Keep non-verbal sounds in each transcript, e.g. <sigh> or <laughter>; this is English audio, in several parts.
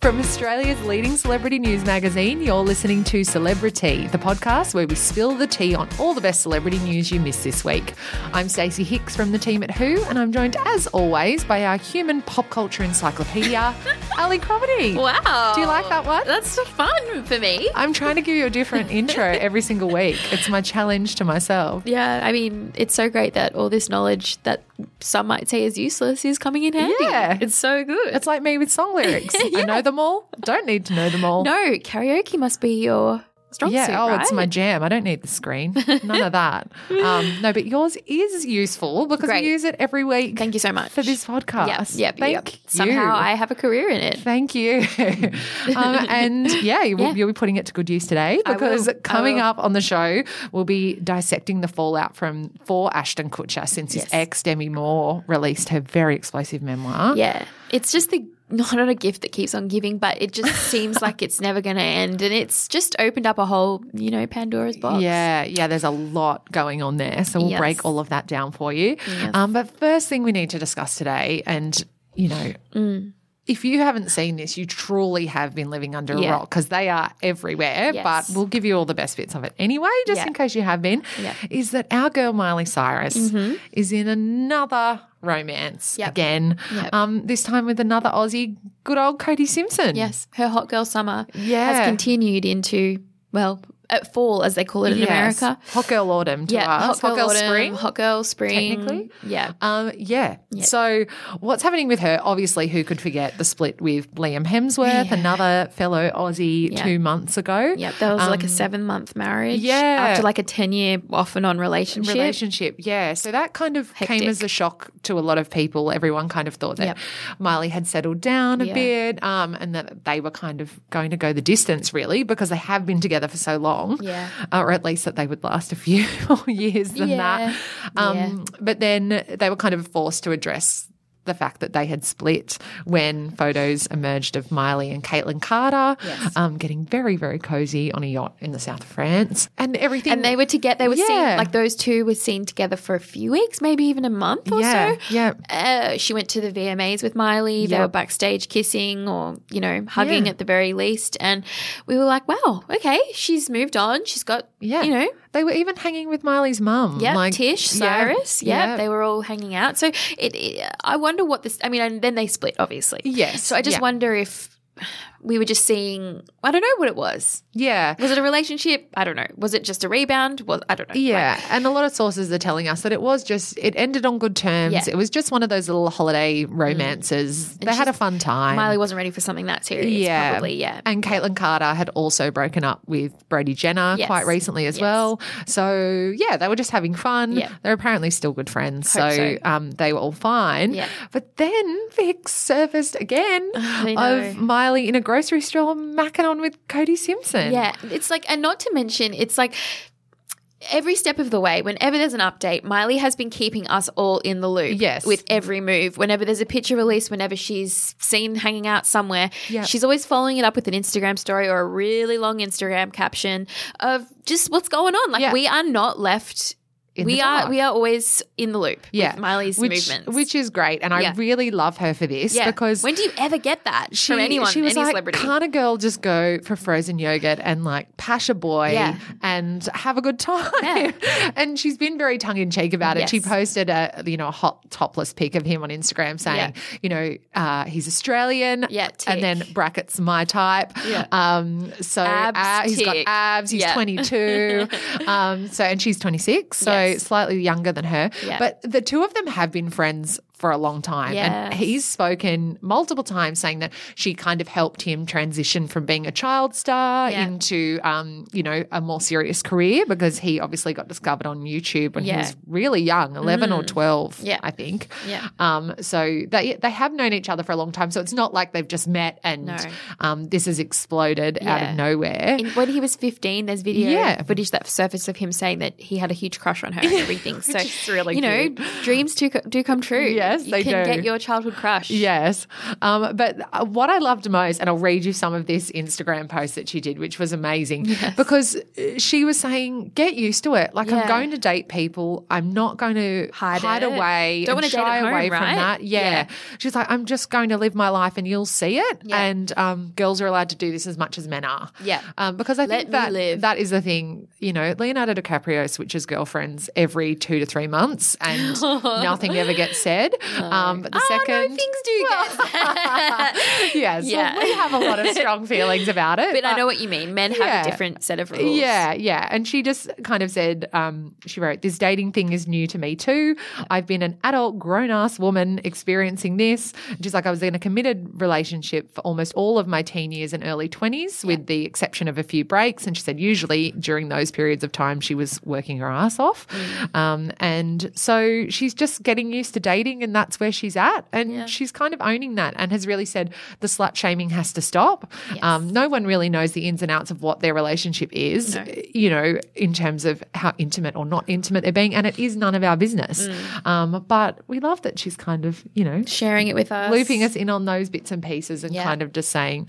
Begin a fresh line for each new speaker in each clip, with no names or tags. From Australia's leading celebrity news magazine, you're listening to Celebrity, the podcast where we spill the tea on all the best celebrity news you missed this week. I'm Stacey Hicks from the team at Who, and I'm joined as always by our human pop culture
<laughs>
encyclopedia, Ali Cromedy.
Wow.
Do you like that one?
That's so fun for me.
I'm trying to give you a
<laughs>
different intro every single week. It's my challenge to myself.
Yeah, I mean, it's so great that all this knowledge that some might say is useless is coming in handy.
Yeah.
It's so good.
It's like me with song
<laughs>
lyrics. I know them all. Don't need to know them all.
no, karaoke must be your strong
yeah,
suit.
oh, it's
right?
my jam. I don't need the
<laughs>
screen. None of that. Um, no, but yours is useful because
Great.
we use it every week.
Thank you so much.
for this podcast.
Yep, yep,
Thank
yep.
you.
Somehow I have a career in it.
Thank
<laughs>
you. um, and yeah, you, will
Yeah.
you'll be putting it to good use today
I will.
because
I
coming
will.
up on the show, we'll be dissecting the fallout from for Ashton Kutcher since
Yes.
his ex Demi Moore released her very explosive memoir.
Yeah. It's just the not a gift that keeps on giving, but it
<laughs>
just seems like it's never going to end. And it's just opened up a whole, you know, Pandora's box.
Yeah, yeah, there's a lot going on there. So we'll
Yes.
break all of that down for you. Um, but first thing we need to discuss today, and you know,
Mm.
if you haven't seen this, you truly have been living under
Yeah.
a rock because they are everywhere.
Yes.
But we'll give you all the best bits of it anyway, just
Yeah.
in case you have been.
Yeah. Mm-hmm.
Is that our girl Miley Cyrus is in another romance
Yep.
again?
Yep.
Um, this time with another Aussie, good old Cody Simpson.
Yes, her hot girl summer
Yeah.
has continued into well, at fall as they call it in
Yes.
America.
hot girl autumn to
Yeah,
us, hot girl,
autumn,
spring,
hot girl spring.
Technically.
yeah.
Um, yeah. So, what's happening with her? Obviously, who could forget the split with Liam Hemsworth, another fellow Aussie,
Yeah.
two months ago?
Yep, that was like a seven month marriage.
yeah.
After like a 10 year off and on relationship.
Relationship, yeah. So that kind of
Hectic.
came as a shock to a lot of people. Everyone kind of thought that
Yep.
Miley had settled down a
Yeah.
bit, um, and that they were kind of going to go the distance, really, because they have been together for so long,
Yeah.
Uh, or at least that they would last a few <laughs> more years than
Yeah.
that. Um, But then they were kind of forced to address the fact that they had split when photos emerged of Miley and Caitlin Carter um, getting very, very cozy on a yacht in the south of France. And everything.
And they were together, they were
Yeah.
seen, like those two were seen together for a few weeks, maybe even a month or
Yeah,
so.
yeah.
Uh, she went to the VMAs with Miley. They
Yep.
were backstage kissing or, you know, hugging at the very least. And we were like, wow, okay, she's moved on. She's got,
Yeah.
you know,
They were even hanging with Miley's mum.
Yeah,
like-
Tish,
Yeah,
Cyrus. Yeah, they were all hanging out. So it, it, I wonder what this. I mean, and then they split, obviously.
Yes,
So I just
yeah.
wonder if we were just seeing. I don't know what it was.
yeah.
Was it a relationship? I don't know. Was it just a rebound? Was I don't know.
Yeah,
Like,
and a lot of sources are telling us that it was just it ended on good terms.
Yeah. Mm.
It was just one of those little holiday romances. they had a fun time.
Miley wasn't ready for something that serious.
Yeah.
Probably. Yeah.
And Caitlyn Carter had also broken up with Brady Jenner
Yes.
quite recently as
Yes.
well. So yeah, they were just having fun.
Yeah.
They're apparently still good friends.
Hope
so
so.
Um, they were all fine.
Yeah.
But then Vix surfaced again
<sighs> I know.
of Miley in a grocery store macking on with Cody Simpson.
Yeah, it's like, and not to mention, it's like every step of the way, whenever there's an update, Miley has been keeping us all in the loop.
Yes.
With every move, whenever there's a picture release, whenever she's seen hanging out somewhere,
Yeah.
she's always following it up with an Instagram story or a really long Instagram caption of just what's going on. Like,
Yeah.
we are not left.
In
we
the
are
dark.
we are always in the loop
Yeah.
with Miley's
which,
movements.
Which is great. And I
Yeah.
really love her for this
yeah.
because
when do you ever get that from anyone,
she was
any
like,
celebrity?
Can't a girl just go for frozen yogurt and like pash a boy
Yeah.
and have a good time?
Yeah.
<laughs> and she's been very tongue in cheek about it. She
Yes.
posted a you know a hot topless pic of him on Instagram saying, you know, uh, he's Australian.
Yeah, tick.
and then brackets my type.
Yeah.
Um, so
Abs,
ab- he's got
tick.
abs. He's
Yeah. <laughs>
22. um, so and she's 26, so
Yes.
slightly younger than her.
Yeah.
But the two of them have been friends for a long time. And
Yes.
he's spoken multiple times saying that she kind of helped him transition from being a child star
Yeah.
into, um, you know, a more serious career because he obviously got discovered on YouTube when he
Yeah. Mm.
was really young, 11 or 12,
Yeah.
I think.
Yeah.
Um, so they, they have known each other for a long time. So it's not like they've just met and
No.
um, this has exploded out
Yeah.
of nowhere.
And when he was 15, there's video
Yeah.
footage that surfaced of him saying that he had a huge crush on her
<laughs>
and everything. So,
is really
you know, dreams do, co- do come true.
Yes,
you
they
can
do.
get your childhood crush.
Yes. Um, but uh, what I loved most, and I'll read you some of this Instagram post that she did, which was amazing because uh, she was saying, get used to it. Like, I'm
Yeah.
going to date people. I'm not going to hide,
Hide it.
away.
Don't
and
wanna date
shy
at home,
away from
right?
that. Yeah.
Yeah.
She's like, I'm just going to live my life and you'll see it.
Yeah.
And um, girls are allowed to do this as much as men are.
Yeah.
Um, because I
Let
think
me
that,
live.
that is the thing. You know, Leonardo DiCaprio switches girlfriends every two to three months
<laughs>
and nothing ever gets said. Um, but the
Oh, no,
second.
things do <laughs>
<laughs>
get
yeah, so
Yeah.
we have a lot of
<laughs>
strong feelings about it.
But I know what you mean. Men
Uh, Yeah.
have a different set of rules.
Yeah, yeah. And she just kind of said, um, she wrote, This dating thing is new to me too. I've been an adult, grown ass woman experiencing this. And She's like, I was in a committed relationship for almost all of my teen years and early 20s, with the exception of a few breaks. And she said, usually during those periods of time, she was working her ass off.
Mm.
Um, and so she's just getting used to dating, and that's where she's at. And she's kind of owning that and has really said, The slut shaming has to stop. Um, no one really knows the ins and outs of what their relationship is, you know, in terms of how intimate or not intimate they're being. And it is none of our business. Um, but we love that she's kind of, you know,
Sharing it with us.
looping us in on those bits and pieces and
Yeah.
kind of just saying,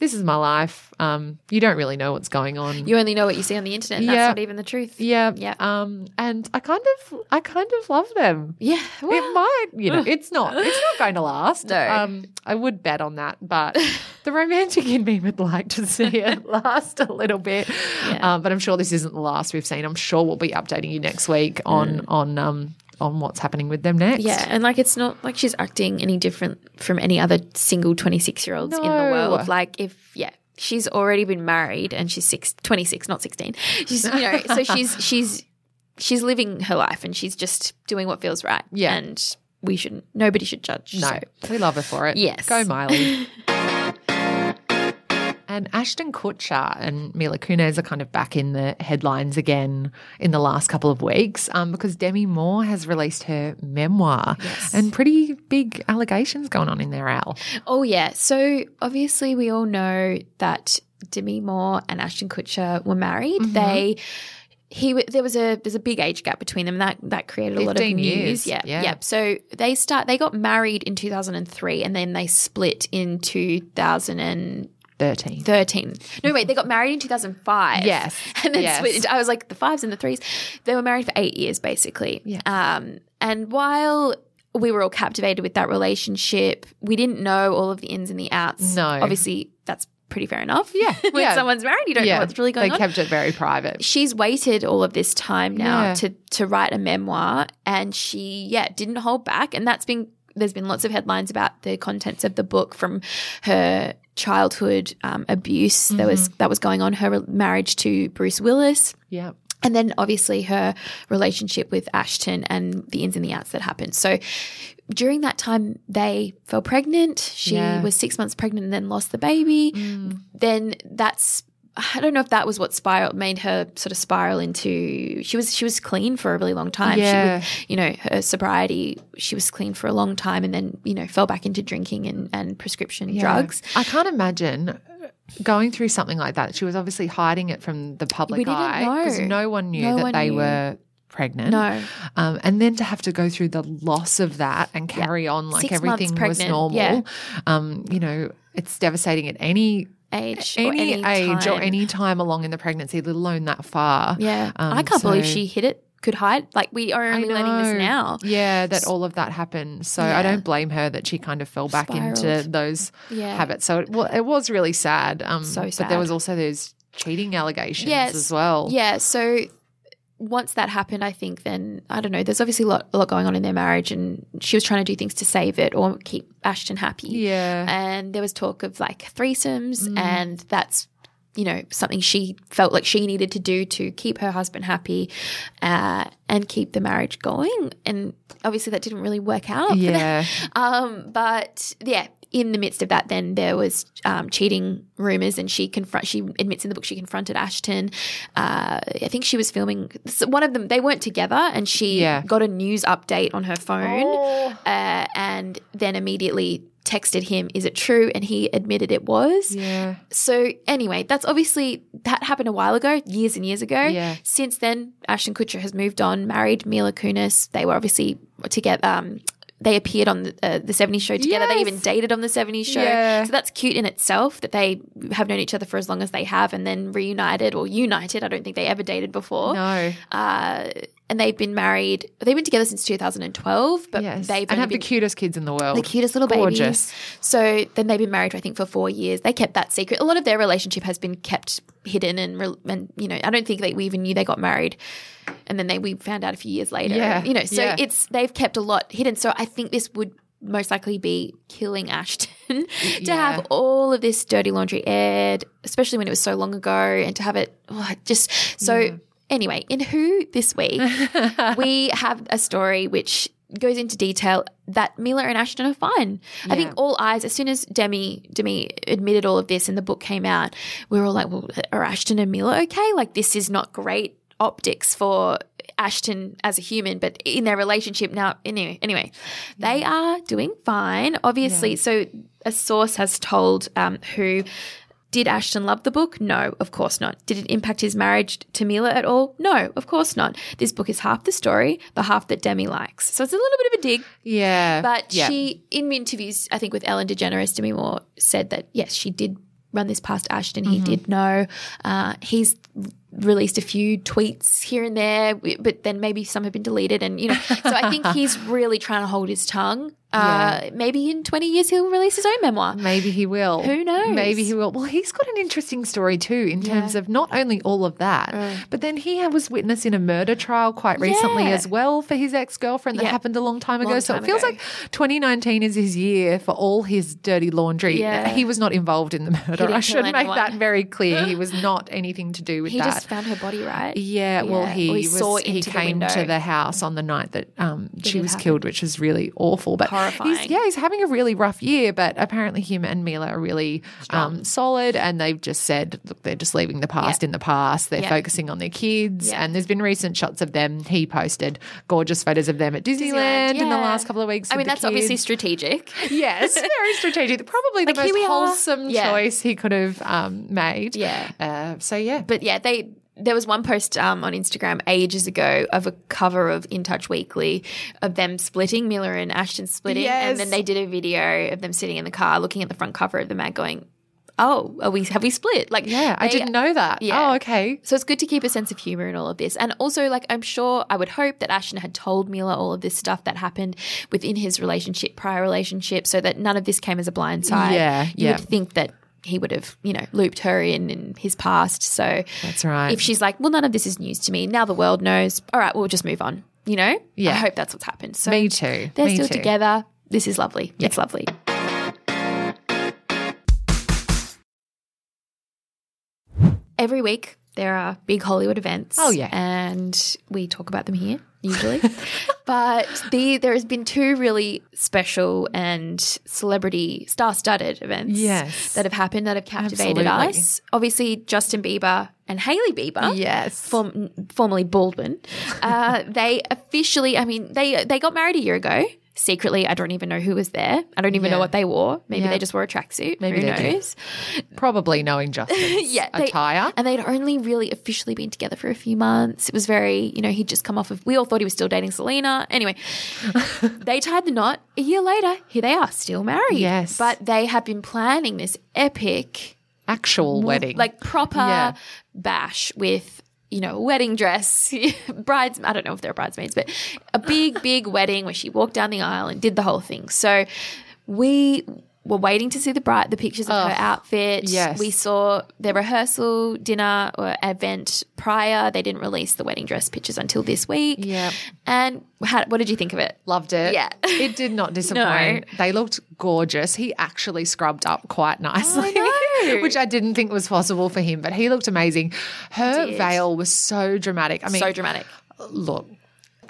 this is my life. Um, you don't really know what's going on.
You only know what you see on the internet. And
Yeah.
That's not even the truth.
yeah.
Yeah.
Um, and I kind of, I kind of love them.
Yeah.
it might, you know, it's not, it's not going to last.
No.
Um, I would bet on that, but the romantic in me would like to see it last a little bit. Um, but I'm sure this isn't the last we've seen. I'm sure we'll be updating you next week on on um on what's happening with them next.
Yeah, and like it's not like she's acting any different from any other single 26 year olds in
No.
the world. Like, if, yeah. She's already been married and she's six, 26, not 16. She's, you know,
<laughs>
so she's, she's, she's living her life and she's just doing what feels right.
Yeah.
And we shouldn't, nobody should judge.
No,
So,
we love her for it.
Yes.
Go
<laughs>
Miley. And Ashton Kutcher and Mila Kunis are kind of back in the headlines again in the last couple of weeks um, because Demi Moore has released her memoir and pretty big allegations going on in there, Al.
Oh, yeah. So obviously, we all know that Demi Moore and Ashton Kutcher were married. They. He, w- there was a there's a big age gap between them. That that created a lot of
15
news.
years.
Yeah,
Yeah.
yeah. So they start they got married in 2003, and then they split in 2013.
13.
No, wait, they got married in 2005.
Yes.
<laughs> and then
Yes.
split. Into, I was like the fives and the threes. They were married for eight years, basically.
Yeah.
Um, and while we were all captivated with that relationship, we didn't know all of the ins and the outs.
No.
obviously that's pretty fair enough.
Yeah,
<laughs> when
yeah.
someone's married, you don't know what's really going
they
on.
kept it very private.
She's waited all of this time now
Yeah.
to to write a memoir, and she yeah didn't hold back, and that's been. There's been lots of headlines about the contents of the book from her childhood um, abuse that was that was going on, her re- marriage to Bruce Willis,
Yeah.
and then obviously her relationship with Ashton and the ins and the outs that happened. So during that time, they fell pregnant. She
Yeah. Mm.
was six months pregnant and then lost the baby. Then that's. I don't know if that was what spiral made her sort of spiral into. She was she was clean for a really long time.
Yeah.
She would, you know, her sobriety. She was clean for a long time, and then you know fell back into drinking and, and prescription drugs.
I can't imagine going through something like that. She was obviously hiding it from the public
We didn't
eye
know.
because no one knew
No
that
one
they
knew.
were pregnant.
No.
Um, and then to have to go through the loss of that and carry on like
Six months
everything was
pregnant,
normal.
yeah.
Um, you know, it's devastating at any
Age, or
any, age or
time.
any time along in the pregnancy, let alone that far.
Yeah.
Um,
I can't believe
so-
she hid it, could hide. Like, we are
I
only learning this
know.
now.
Yeah, that all of that happened. So I
Yeah.
don't blame her that she kind of fell back into
Spiraled.
those
Yeah.
habits. So it, well, it was really sad. Um,
So
But there
sad.
was also those cheating allegations
Yes.
as well.
Yeah. So once that happened, I think then, I don't know, there's obviously a lot, a lot going on in their marriage, and she was trying to do things to save it or keep Ashton happy.
Yeah.
Mm. And there was talk of like threesomes, and that's you know, something she felt like she needed to do to keep her husband happy uh, and keep the marriage going. And obviously, that didn't really work out. for
<laughs>
them. <laughs>
Yeah.
Um, but yeah, in the midst of that, then there was um, cheating rumors, and she confront. She admits in the book she confronted Ashton. Uh, I think she was filming so one of them. They weren't together, and she
Yeah. Oh.
got a news update on her phone, uh, and then immediately texted him, "Is it true?" And he admitted it was.
Yeah.
So anyway, that's obviously that happened a while ago, years and years ago.
Yeah.
Since then, Ashton Kutcher has moved on, married Mila Kunis. They were obviously together. Um, they appeared on the, uh, the 70s show together. They
Yes.
even dated on the 70s show.
Yeah.
So that's cute in itself that they have known each other for as long as they have and then reunited or united. I don't think they ever dated before.
No.
Uh, and they've been married. They've been together since 2012, but
yes.
they've
and
only
have
been
the cutest kids in the world.
the cutest little
Gorgeous.
babies. So then they've been married, I think, for four years. They kept that secret. A lot of their relationship has been kept hidden, and re- and you know, I don't think that we even knew they got married, and then they we found out a few years later.
Yeah,
you know, so
yeah.
it's they've kept a lot hidden. So I think this would most likely be killing Ashton <laughs> to
Yeah.
have all of this dirty laundry aired, especially when it was so long ago, and to have it oh, it just so. Anyway, in Who this
<laughs>
week, we have a story which goes into detail that Mila and Ashton are fine. I think all eyes, as soon as Demi Demi admitted all of this and the book came out, we were all like, "Well, are Ashton and Mila okay? Like this is not great optics for." Ashton as a human, but in their relationship now, anyway, anyway, they are doing fine. Obviously, so a source has told um, who did Ashton love the book? No, of course not. Did it impact his marriage to Mila at all? No, of course not. This book is half the story, the half that Demi likes. So it's a little bit of a dig,
Yeah.
but
yeah.
she, in interviews, I think with Ellen DeGeneres, Demi Moore said that yes, she did run this past Ashton.
Mm-hmm.
He did know. Uh, he's released a few tweets here and there, but then maybe some have been deleted, and you know. So I
<laughs>
think he's really trying to hold his tongue. Uh, Maybe in twenty years he'll release his own memoir.
Maybe he will.
Who knows?
Maybe he will. Well, he's got an interesting story too in terms of not only all of that, but then he was witness in a murder trial quite recently
Uh. Yeah.
as well for his ex girlfriend that
Yeah.
happened a long time ago.
Long
so it
time
feels
ago.
like 2019 is his year for all his dirty laundry.
Yeah.
He was not involved in the murder.
didn't
I should
kill
make
anyone.
that very clear.
<laughs>
He was not anything to do with
He
that.
just found her body, right?
Yeah, well,
Yeah,
he
or he
was,
saw
he
into the
came
window.
to the house on the night that um, she
it
was
happen?
killed, which is really awful. But he's
Horrifying.
yeah, he's having a really rough year. But apparently, him and Mila are really um, solid, and they've just said, look, they're just leaving the past in the past. They're
Yeah.
focusing on their kids,
Yeah.
and there's been recent shots of them. He posted gorgeous photos of them at Disneyland, in the
yeah.
last couple of weeks.
I
with
mean,
the
that's obviously
kids. <laughs>
strategic. <laughs>
Yes, very strategic. Probably the
Like, here
most
we are.
wholesome
Yeah.
choice he could have um, made.
Yeah.
Uh, so yeah,
But yeah, they there was one post um, on Instagram ages ago of a cover of In Touch Weekly of them splitting, Miller and Ashton splitting,
Yes.
and then they did a video of them sitting in the car looking at the front cover of the mag, going, "Oh, are we have we split?" Like,
yeah, I
they-
didn't know that.
Yeah.
Oh, okay.
So it's good to keep a sense of humor in all of this. And also, like, I'm sure I would hope that Ashton had told Mila all of this stuff that happened within his relationship, prior relationship, so that none of this came as a blind side.
Yeah,
You
yeah.
would think that he would have, you know, looped her in in his past. So
That's right.
If she's like, well, none of this is news to me. Now the world knows. All right, we'll just move on. You know?
Yeah.
I hope that's what's happened. So
Me too.
They're
Me
still
too.
together. This is lovely. It's lovely. Every week there are big Hollywood events.
Oh, yeah.
and we talk about them here usually. <laughs> but the there has been two really special and celebrity star-studded events
Yes.
that have happened that have captivated
Absolutely.
us. Obviously, Justin Bieber and Hailey Bieber
Yes.
form, formerly Baldwin. Uh,
<laughs>
they officially, I mean, they they got married a year ago. Secretly, I don't even know who was there. I don't even
Yeah.
know what they wore. Maybe
Yeah.
they just wore a tracksuit.
Maybe
Maybe who
they did.
knows?
Probably knowing Justin's
<laughs> yeah, they-
attire.
and they'd only really officially been together for a few months. It was very, you know, he'd just come off of. We all thought he was still dating Selena.
<laughs>
Anyway, they tied the knot. A year later, here they are, still married.
Yes.
but they have been planning this epic
Actual wedding.
like proper
Yeah.
bash with you know wedding dress <laughs> brides i don't know if they're bridesmaids but
<laughs>
a big big wedding where she walked down the aisle and did the whole thing so we were waiting to see the bride, the pictures of her outfit.
yes.
We saw their rehearsal dinner or event prior. They didn't release the wedding dress pictures until this week.
Yeah.
And how, what did you think of it?
Loved it.
Yeah. <laughs>
It did not disappoint. They looked gorgeous. He actually scrubbed up quite nicely,
know.
<laughs> which I didn't think was possible for him, but he looked amazing. Her veil was so dramatic. I mean,
so dramatic.
look,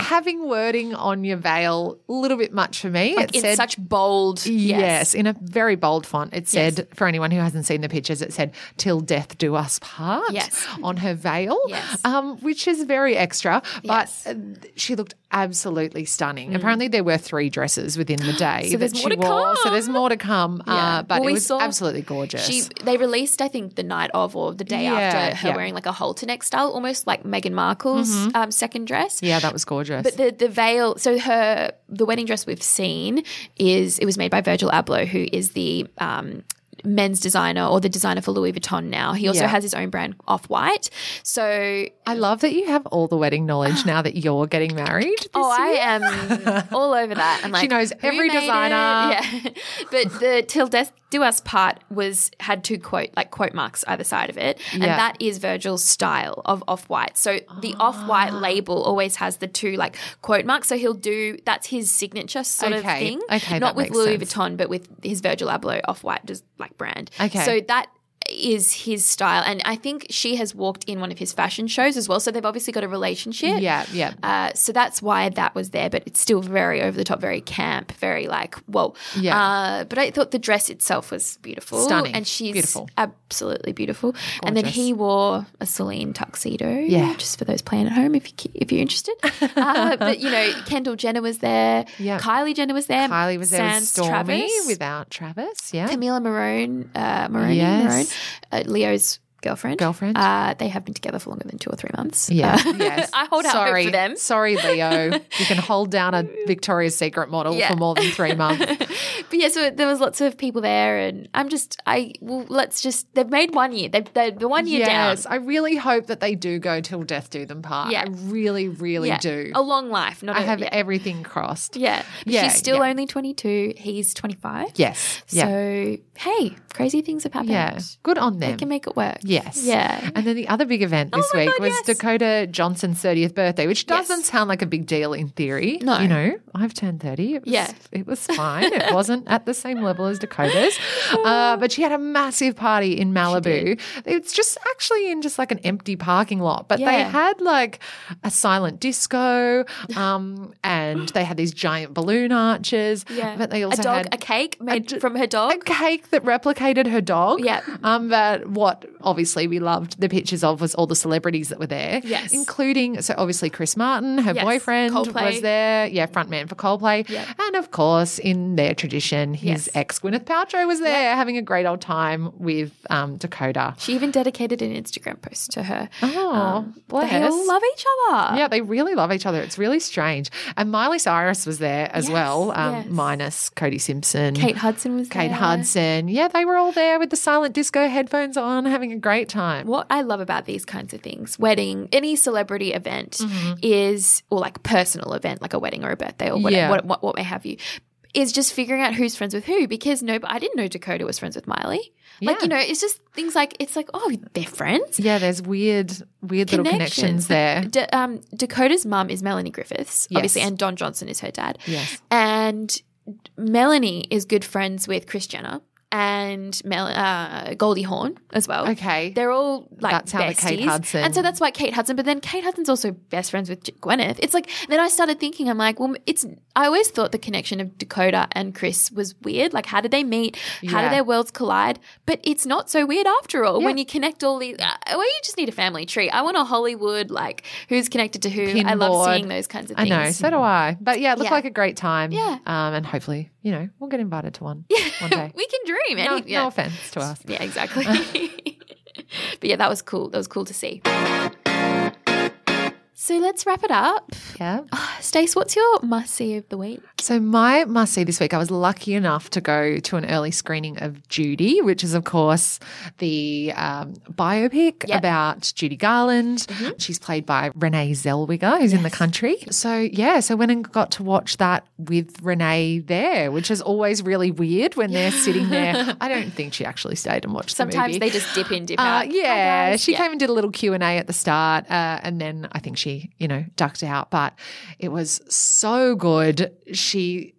having wording on your veil, a little bit much for me.
Like in such bold.
Yes.
Yes.
in a very bold font. It said, for anyone who hasn't seen the pictures, it said, till death do us part
Yes.
on her veil,
Yes.
um, which is very extra. But
Yes. Mm.
uh, she looked absolutely stunning. Apparently, there were three dresses within the day
<gasps> So
that
there's more
she
to
wore. So
come.
there's more to come.
Yeah.
Uh, but
Well,
it
we
was
saw-
absolutely gorgeous.
She they released I think the night of or the day
Yeah,
after her
yeah. Mm-hmm.
wearing like a halter neck style, almost like Meghan Markle's um, second dress.
yeah, that was gorgeous.
But the the veil, so her the wedding dress we've seen is it was made by Virgil Abloh, who is the um, men's designer or the designer for Louis Vuitton now. He also
Yeah.
has his own brand, Off White. So
I love that you have all the wedding
<gasps>
knowledge now that you're getting married. This
oh, I
year. <laughs>
am all over that. I'm like,
knows
who
every
made it?
designer.
Yeah, <laughs> but the "Till Death Do Us Part" was had two quote like quote marks either side of it, and
Yeah.
that is Virgil's style of off white. So the off white
Ah.
label always has the two like quote marks. So he'll do that's his signature sort
Okay.
of thing.
Okay,
not
that
with
makes
Louis
sense.
Vuitton, but with his Virgil Abloh off white just like brand.
Okay.
so that. Is his style, and I think she has walked in one of his fashion shows as well. So they've obviously got a relationship.
Yeah, yeah.
Uh, so that's why that was there, but it's still very over the top, very camp, very like whoa.
Yeah.
Uh, but I thought the dress itself was beautiful,
Stunning.
and she's
Beautiful.
absolutely beautiful. And then he wore a Celine tuxedo,
Yeah.
just for those playing at home, if you ki- if you're
<laughs>
interested. uh, but you know, Kendall Jenner was there,
Yeah.
Kylie Jenner was there,
Kylie was there with
Sans
Stormy
Travis.
without Travis. Yeah.
Camila Marone, uh, Marone,
Yes.
Marone, uh, Leo's girlfriend.
Girlfriend.
Uh, they have been together for longer than two or three months.
Yeah.
Uh,
<laughs> yes.
I hold out hope
Sorry.
for them.
Sorry, Leo. You can hold down
<laughs>
a Victoria's Secret model
Yeah.
for more than
<laughs>
three months.
But yeah, so there was lots of people there, and I'm just, I well, let's just. They've made one year. They've they're the one year
yes.
down.
I really hope that they do go till death do them part.
Yeah.
I really, really
yeah,
do.
a long life. Not
I
a-
have
yeah.
everything crossed.
yeah. But
Yeah,
She's still
yeah.
only 22. He's 25.
Yes.
So
Yeah.
hey, crazy things have happened.
yeah. Good on them.
They can make it work.
Yes.
Yeah. Oh
And then the other big event this
my
week
God,
was
yes.
Dakota Johnson's 30th birthday, which
Yes.
doesn't sound like a big deal in theory.
No.
You know, I've turned 30. It was,
Yeah.
It was fine. it
<laughs>
wasn't at the same level as Dakota's. Uh, but she had a massive party in Malibu. It's just actually in just like an empty parking lot, but they
Yeah.
had like a silent
<laughs>
disco um, and they had these giant balloon arches.
Yeah.
But they also
a dog,
had
a cake made
d-
from her
a
dog.
cake that replicated her dog.
Yeah.
Um, but what obviously we loved the pictures of was all the celebrities that were there.
Yes.
Including so obviously Chris Martin, her
Yes.
boyfriend
Coldplay.
was there. Yeah, frontman for Coldplay.
Yeah.
And of course, in their tradition, his
Yes.
ex Gwyneth Paltrow was there having a great old time with um, Dakota.
She even dedicated an Instagram post to her. Um,
Oh,
they all
bless.
love each other.
Yeah, they really love each other. It's really strange. And Miley Cyrus was there as
Yes,
well, um,
yes.
minus Cody Simpson.
Kate Hudson was
Kate
there.
Hudson. Yeah, they were all there with the silent disco headphones on, having a great time.
what I love about these kinds of things, wedding, any celebrity event
Mm-hmm.
is, or like personal event, like a wedding or a birthday or whatever,
Yeah.
what, what, what may have you, is just figuring out who's friends with who because no, I didn't know Dakota was friends with Miley. Like,
Yeah.
you know, it's just things like, it's like, oh, they're friends.
Yeah, there's weird, weird little connections there.
D- um, Dakota's mum is Melanie Griffiths,
Yes.
obviously, and Don Johnson is her dad.
Yes.
And Melanie is good friends with Chris Jenner and Mel- uh, Goldie Hawn as well.
Okay.
They're all like
That's how the
besties.
Kate Hudson-
And so that's why Kate Hudson, but then Kate Hudson's also best friends with J- Gwyneth. It's like, then I started thinking, I'm like, well, it's, I always thought the connection of Dakota and Chris was weird. Like, how did they meet? How
Yeah.
did their worlds collide? But it's not so weird after all when you connect all these, uh, well, you just need a family tree. I want a Hollywood, like, who's connected to who. I love
Pinboard.
seeing those kinds of
I
things.
know, so do I. But yeah, it looked
Yeah.
like a great time.
Yeah.
Um, and hopefully, you know, we'll get invited to one one day.
<laughs> We can dream. Any,
no,
yeah.
no offense to us.
Yeah, exactly.
<laughs>
<laughs> but yeah, that was cool. That was cool to see. So let's wrap it up. <sighs>
Yeah.
Stace, what's your must see of the week?
So my must see this week, I was lucky enough to go to an early screening of Judy, which is of course the um, biopic
Yep.
about Judy Garland.
Mm-hmm.
She's played by Renee Zellweger, who's in the country. So yeah, so went and got to watch that with Renee there, which is always really weird when they're sitting
<laughs>
there. I don't think she actually stayed and watched.
Sometimes
the movie.
they just dip in, dip
Uh,
out.
yeah,
Hi, guys.
she
Yeah.
came and did a little Q and A at the start, uh, and then I think she, you know, ducked out. But it was so good. She,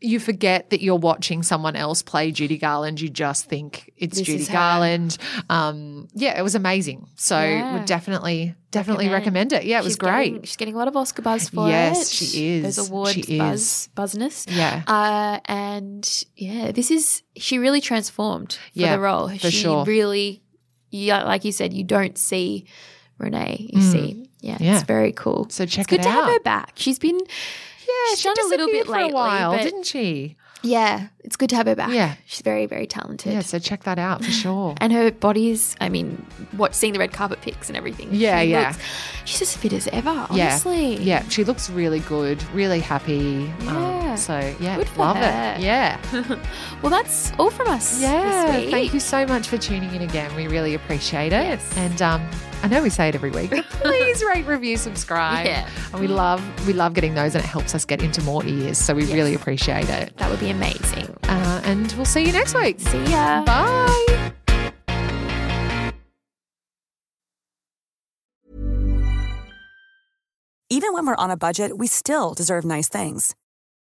you forget that you're watching someone else play Judy Garland. You just think it's
This
Judy
is her.
Garland. Um, yeah, it was amazing. So
Yeah.
would definitely, definitely
Recommend.
recommend, it. Yeah, it was
She's
great.
Getting, she's getting a lot of Oscar buzz for it.
Yes, she
Those
is.
awards
She
buzz buzzness.
yeah.
Uh, and yeah, this is she really transformed for
Yeah,
the role.
for
she
sure.
really, yeah, like you said, you don't see Renee. You see, yeah,
Mm. Yeah.
it's very cool.
So check
it's good
it
to have
out.
her back. She's been
yeah,
she's done a little
disappeared
bit
for
lately,
a while,
but-
didn't she?
yeah, it's good to have her back.
Yeah.
she's very very talented.
Yeah, so check that out for
<laughs>
sure.
And her body is, I mean, what seeing the red carpet pics and everything.
Yeah,
she
yeah.
looks- she's as fit as ever,
Yeah.
honestly.
Yeah, she looks really good, really happy.
Yeah.
Um, so, yeah,
Good for
love
her.
it.
<laughs>
Yeah.
Well, that's all from us.
Yeah.
This week.
Thank you so much for tuning in again. We really appreciate it.
Yes.
And um, I know we say it every
<laughs>
week, but please rate, review, subscribe.
Yeah.
And we love we love getting those and it helps us get into more ears. So we really appreciate it.
That would be amazing.
Uh, and we'll see you next week.
See ya.
Bye.
Even when we're on a budget, we still deserve nice things.